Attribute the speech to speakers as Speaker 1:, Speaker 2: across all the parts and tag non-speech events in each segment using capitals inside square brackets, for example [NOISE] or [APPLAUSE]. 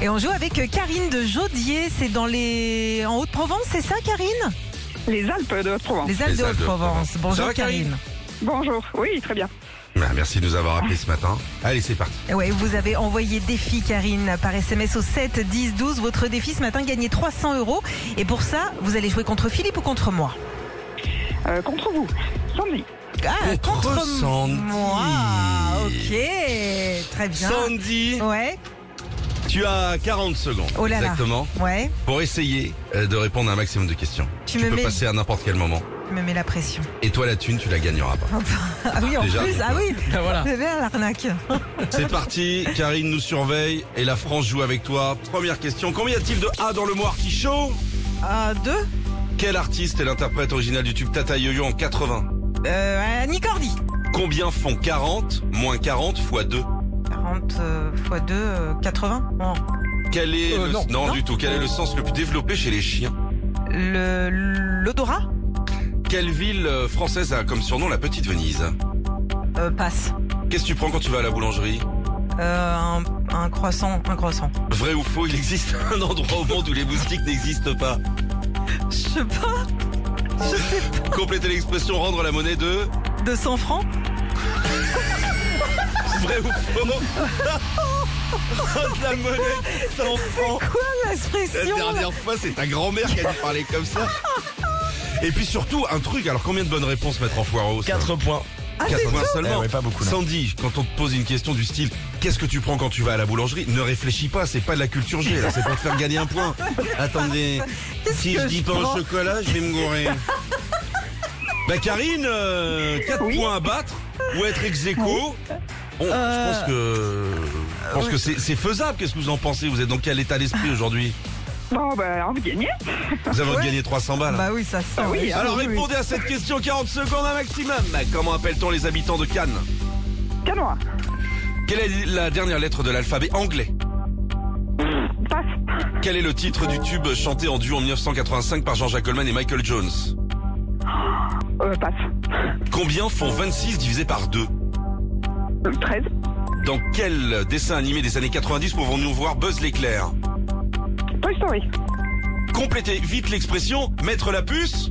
Speaker 1: Et on joue avec Karine de Jaudier, c'est dans les en Haute-Provence, c'est ça Karine
Speaker 2: Les Alpes de Haute-Provence.
Speaker 1: Les Alpes
Speaker 3: Les
Speaker 1: de
Speaker 3: Alpes de Haute-Provence.
Speaker 1: Haute-Provence.
Speaker 3: Ça
Speaker 1: Bonjour
Speaker 3: va, Karine
Speaker 1: Karine.
Speaker 2: Bonjour. Oui, très bien.
Speaker 3: Ah, Merci de nous avoir appelés ce matin. Allez, c'est parti.
Speaker 1: Et Eh Ouais, vous avez envoyé défi Karine par SMS au 7 10 12. Votre défi ce matin gagner 300 euros. Et pour ça, vous allez jouer contre Philippe ou contre moi
Speaker 2: Euh, contre vous, Sandy.
Speaker 1: Ah,
Speaker 3: Contre Sandy.
Speaker 1: moi. Ok, très bien.
Speaker 3: Sandy,
Speaker 1: Ouais,
Speaker 3: tu as 40 secondes
Speaker 1: Oh là là.
Speaker 3: exactement
Speaker 1: ouais.
Speaker 3: pour essayer euh, de répondre à un maximum de questions.
Speaker 1: Tu me
Speaker 3: peux
Speaker 1: mets-
Speaker 3: passer à n'importe quel moment.
Speaker 1: Tu me mets la pression. [LAUGHS]
Speaker 3: Et toi, la thune, tu la gagneras pas.
Speaker 1: Ah oui, en
Speaker 3: Déjà,
Speaker 1: plus.
Speaker 3: donc,
Speaker 1: Ah oui.
Speaker 4: Ah,
Speaker 1: [LAUGHS]
Speaker 4: voilà.
Speaker 1: C'est bien l'arnaque.
Speaker 3: C'est parti, Karine nous surveille et la France joue avec toi. Première question, combien y a-t-il de A dans le mot artichaut
Speaker 1: Un, deux.
Speaker 3: Quel artiste est l'interprète original du tube Tata Yo-Yo en 80
Speaker 1: Euh, Annie Cordy.
Speaker 3: Combien font 40 moins 40 fois 2
Speaker 1: 40 x 2, 80. euh, Bon.
Speaker 3: Quel est
Speaker 4: Euh,
Speaker 3: le...
Speaker 4: non. Non.
Speaker 3: du tout. Quel est le sens le plus développé chez les chiens
Speaker 1: Le- L'odorat
Speaker 3: Quelle ville euh, française a comme surnom la petite Venise
Speaker 1: Euh, Passe.
Speaker 3: Qu'est-ce que tu prends quand tu vas à la boulangerie
Speaker 1: Euh, un, un croissant, un croissant.
Speaker 3: Vrai ou faux, il existe [LAUGHS] un endroit au monde où les moustiques n'existent pas.
Speaker 1: Je sais pas.
Speaker 3: Complétez l'expression rendre la monnaie de
Speaker 1: 200 francs
Speaker 3: vrai ou faux. [LAUGHS] Rendre la monnaie sans francs.
Speaker 1: Quoi
Speaker 3: La
Speaker 1: l'expression là
Speaker 3: dernière fois, c'est ta grand-mère qui a dû parler comme ça. Et puis surtout, un truc, alors combien de bonnes réponses mettre en foireau
Speaker 4: 4 points.
Speaker 1: Ah,
Speaker 3: Quatre points seulement.
Speaker 4: Eh ouais, pas beaucoup, non.
Speaker 3: Sandy, quand on te pose une question du style Qu'est-ce que tu prends quand tu vas à la boulangerie Ne réfléchis pas, c'est pas de la culture G, là, c'est pour te faire gagner un
Speaker 1: [LAUGHS]
Speaker 3: point. Attendez,
Speaker 1: Qu'est-ce
Speaker 3: si
Speaker 1: que
Speaker 3: je dis
Speaker 1: je
Speaker 3: pas
Speaker 1: prends
Speaker 3: au chocolat, je vais me gourer. bah, Karine, 4
Speaker 2: Oui.
Speaker 3: points à battre ou être ex aequo. Bon,
Speaker 1: Euh,
Speaker 3: je pense que. Je pense
Speaker 1: oui.
Speaker 3: que c'est c'est faisable. Qu'est-ce que vous en pensez Vous êtes dans quel état d'esprit aujourd'hui
Speaker 2: Bon, ben, envie de gagner.
Speaker 3: Vous avez gagné 300 balles.
Speaker 1: Bah oui, ça sent.
Speaker 2: Ah oui,
Speaker 3: Alors
Speaker 2: oui, oui.
Speaker 3: répondez à cette question 40 secondes un maximum. Comment appelle-t-on les habitants de Cannes
Speaker 2: Canois.
Speaker 3: Quelle est la dernière lettre de l'alphabet anglais
Speaker 2: Passe.
Speaker 3: Quel est le titre du tube chanté en duo en 1985 par Jean-Jacques Goldman et Michael Jones
Speaker 2: Euh, passe.
Speaker 3: Combien font 26 divisé par 2
Speaker 2: Euh, 13.
Speaker 3: Dans quel dessin animé des années 90 pouvons-nous voir Buzz l'éclair
Speaker 2: Toy Story.
Speaker 3: Complétez vite l'expression mettre la puce.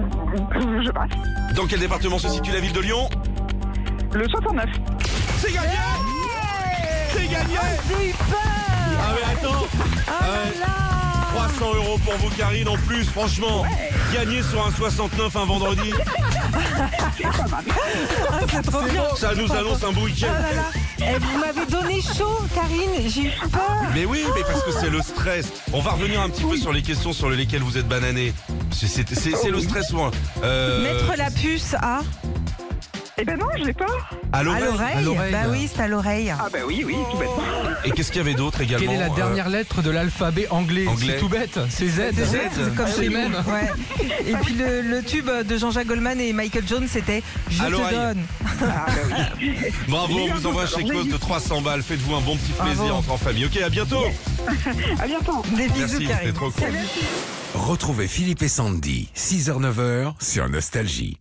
Speaker 2: Euh, Je passe.
Speaker 3: Dans quel département se situe la ville de Lyon
Speaker 2: Le 69.
Speaker 3: C'est gagné C'est gagné
Speaker 1: J'ai eu peur
Speaker 3: Ah mais attends
Speaker 1: Oh
Speaker 3: Ah ouais.
Speaker 1: là là
Speaker 3: 300 euros pour vous Karine en plus franchement Gagner sur un 69 un
Speaker 1: [LAUGHS]
Speaker 3: vendredi
Speaker 1: Ah, C'est trop bien
Speaker 3: Ça nous annonce un beau
Speaker 1: Oh
Speaker 3: week-end
Speaker 1: là là Eh, Vous m'avez donné chaud, Karine J'ai eu peur
Speaker 3: Mais oui, mais parce que c'est le stress. On va revenir un petit peu sur les questions sur lesquelles vous êtes banané. C'est c'est- c'est- c'est le stress souvent. Euh,
Speaker 1: Mettre la puce à,
Speaker 2: Eh ben non, je l'ai pas.
Speaker 3: à
Speaker 1: à
Speaker 3: l'oreille.
Speaker 1: l'oreille Bah oui, c'est à l'oreille.
Speaker 2: Ah ben oui, oui, tout bêtement.
Speaker 3: Et qu'est-ce qu'il y avait d'autre également
Speaker 4: Quelle est la
Speaker 3: euh,
Speaker 4: dernière lettre de l'alphabet anglais,
Speaker 3: Anglais.
Speaker 4: C'est tout bête, c'est Z.
Speaker 1: C'est
Speaker 3: Z,
Speaker 1: comme
Speaker 4: c'est
Speaker 1: le-
Speaker 4: même.
Speaker 1: Ouais. Et puis le, le tube de Jean-Jacques Goldman et Michael Jones, c'était Je
Speaker 3: À
Speaker 1: te
Speaker 3: l'oreille.
Speaker 1: donne.
Speaker 2: Ah ben oui.
Speaker 3: Bravo, on vous envoie un chèque cause de 300 balles. Faites-vous un bon petit plaisir
Speaker 1: Bravo.
Speaker 3: entre en famille. Ok, à bientôt.
Speaker 2: À bientôt.
Speaker 1: Des bisous,
Speaker 3: Merci, c'était
Speaker 1: Karine.
Speaker 3: trop cool.
Speaker 5: Retrouvez Philippe et Sandy, 6h-9h sur Nostalgie.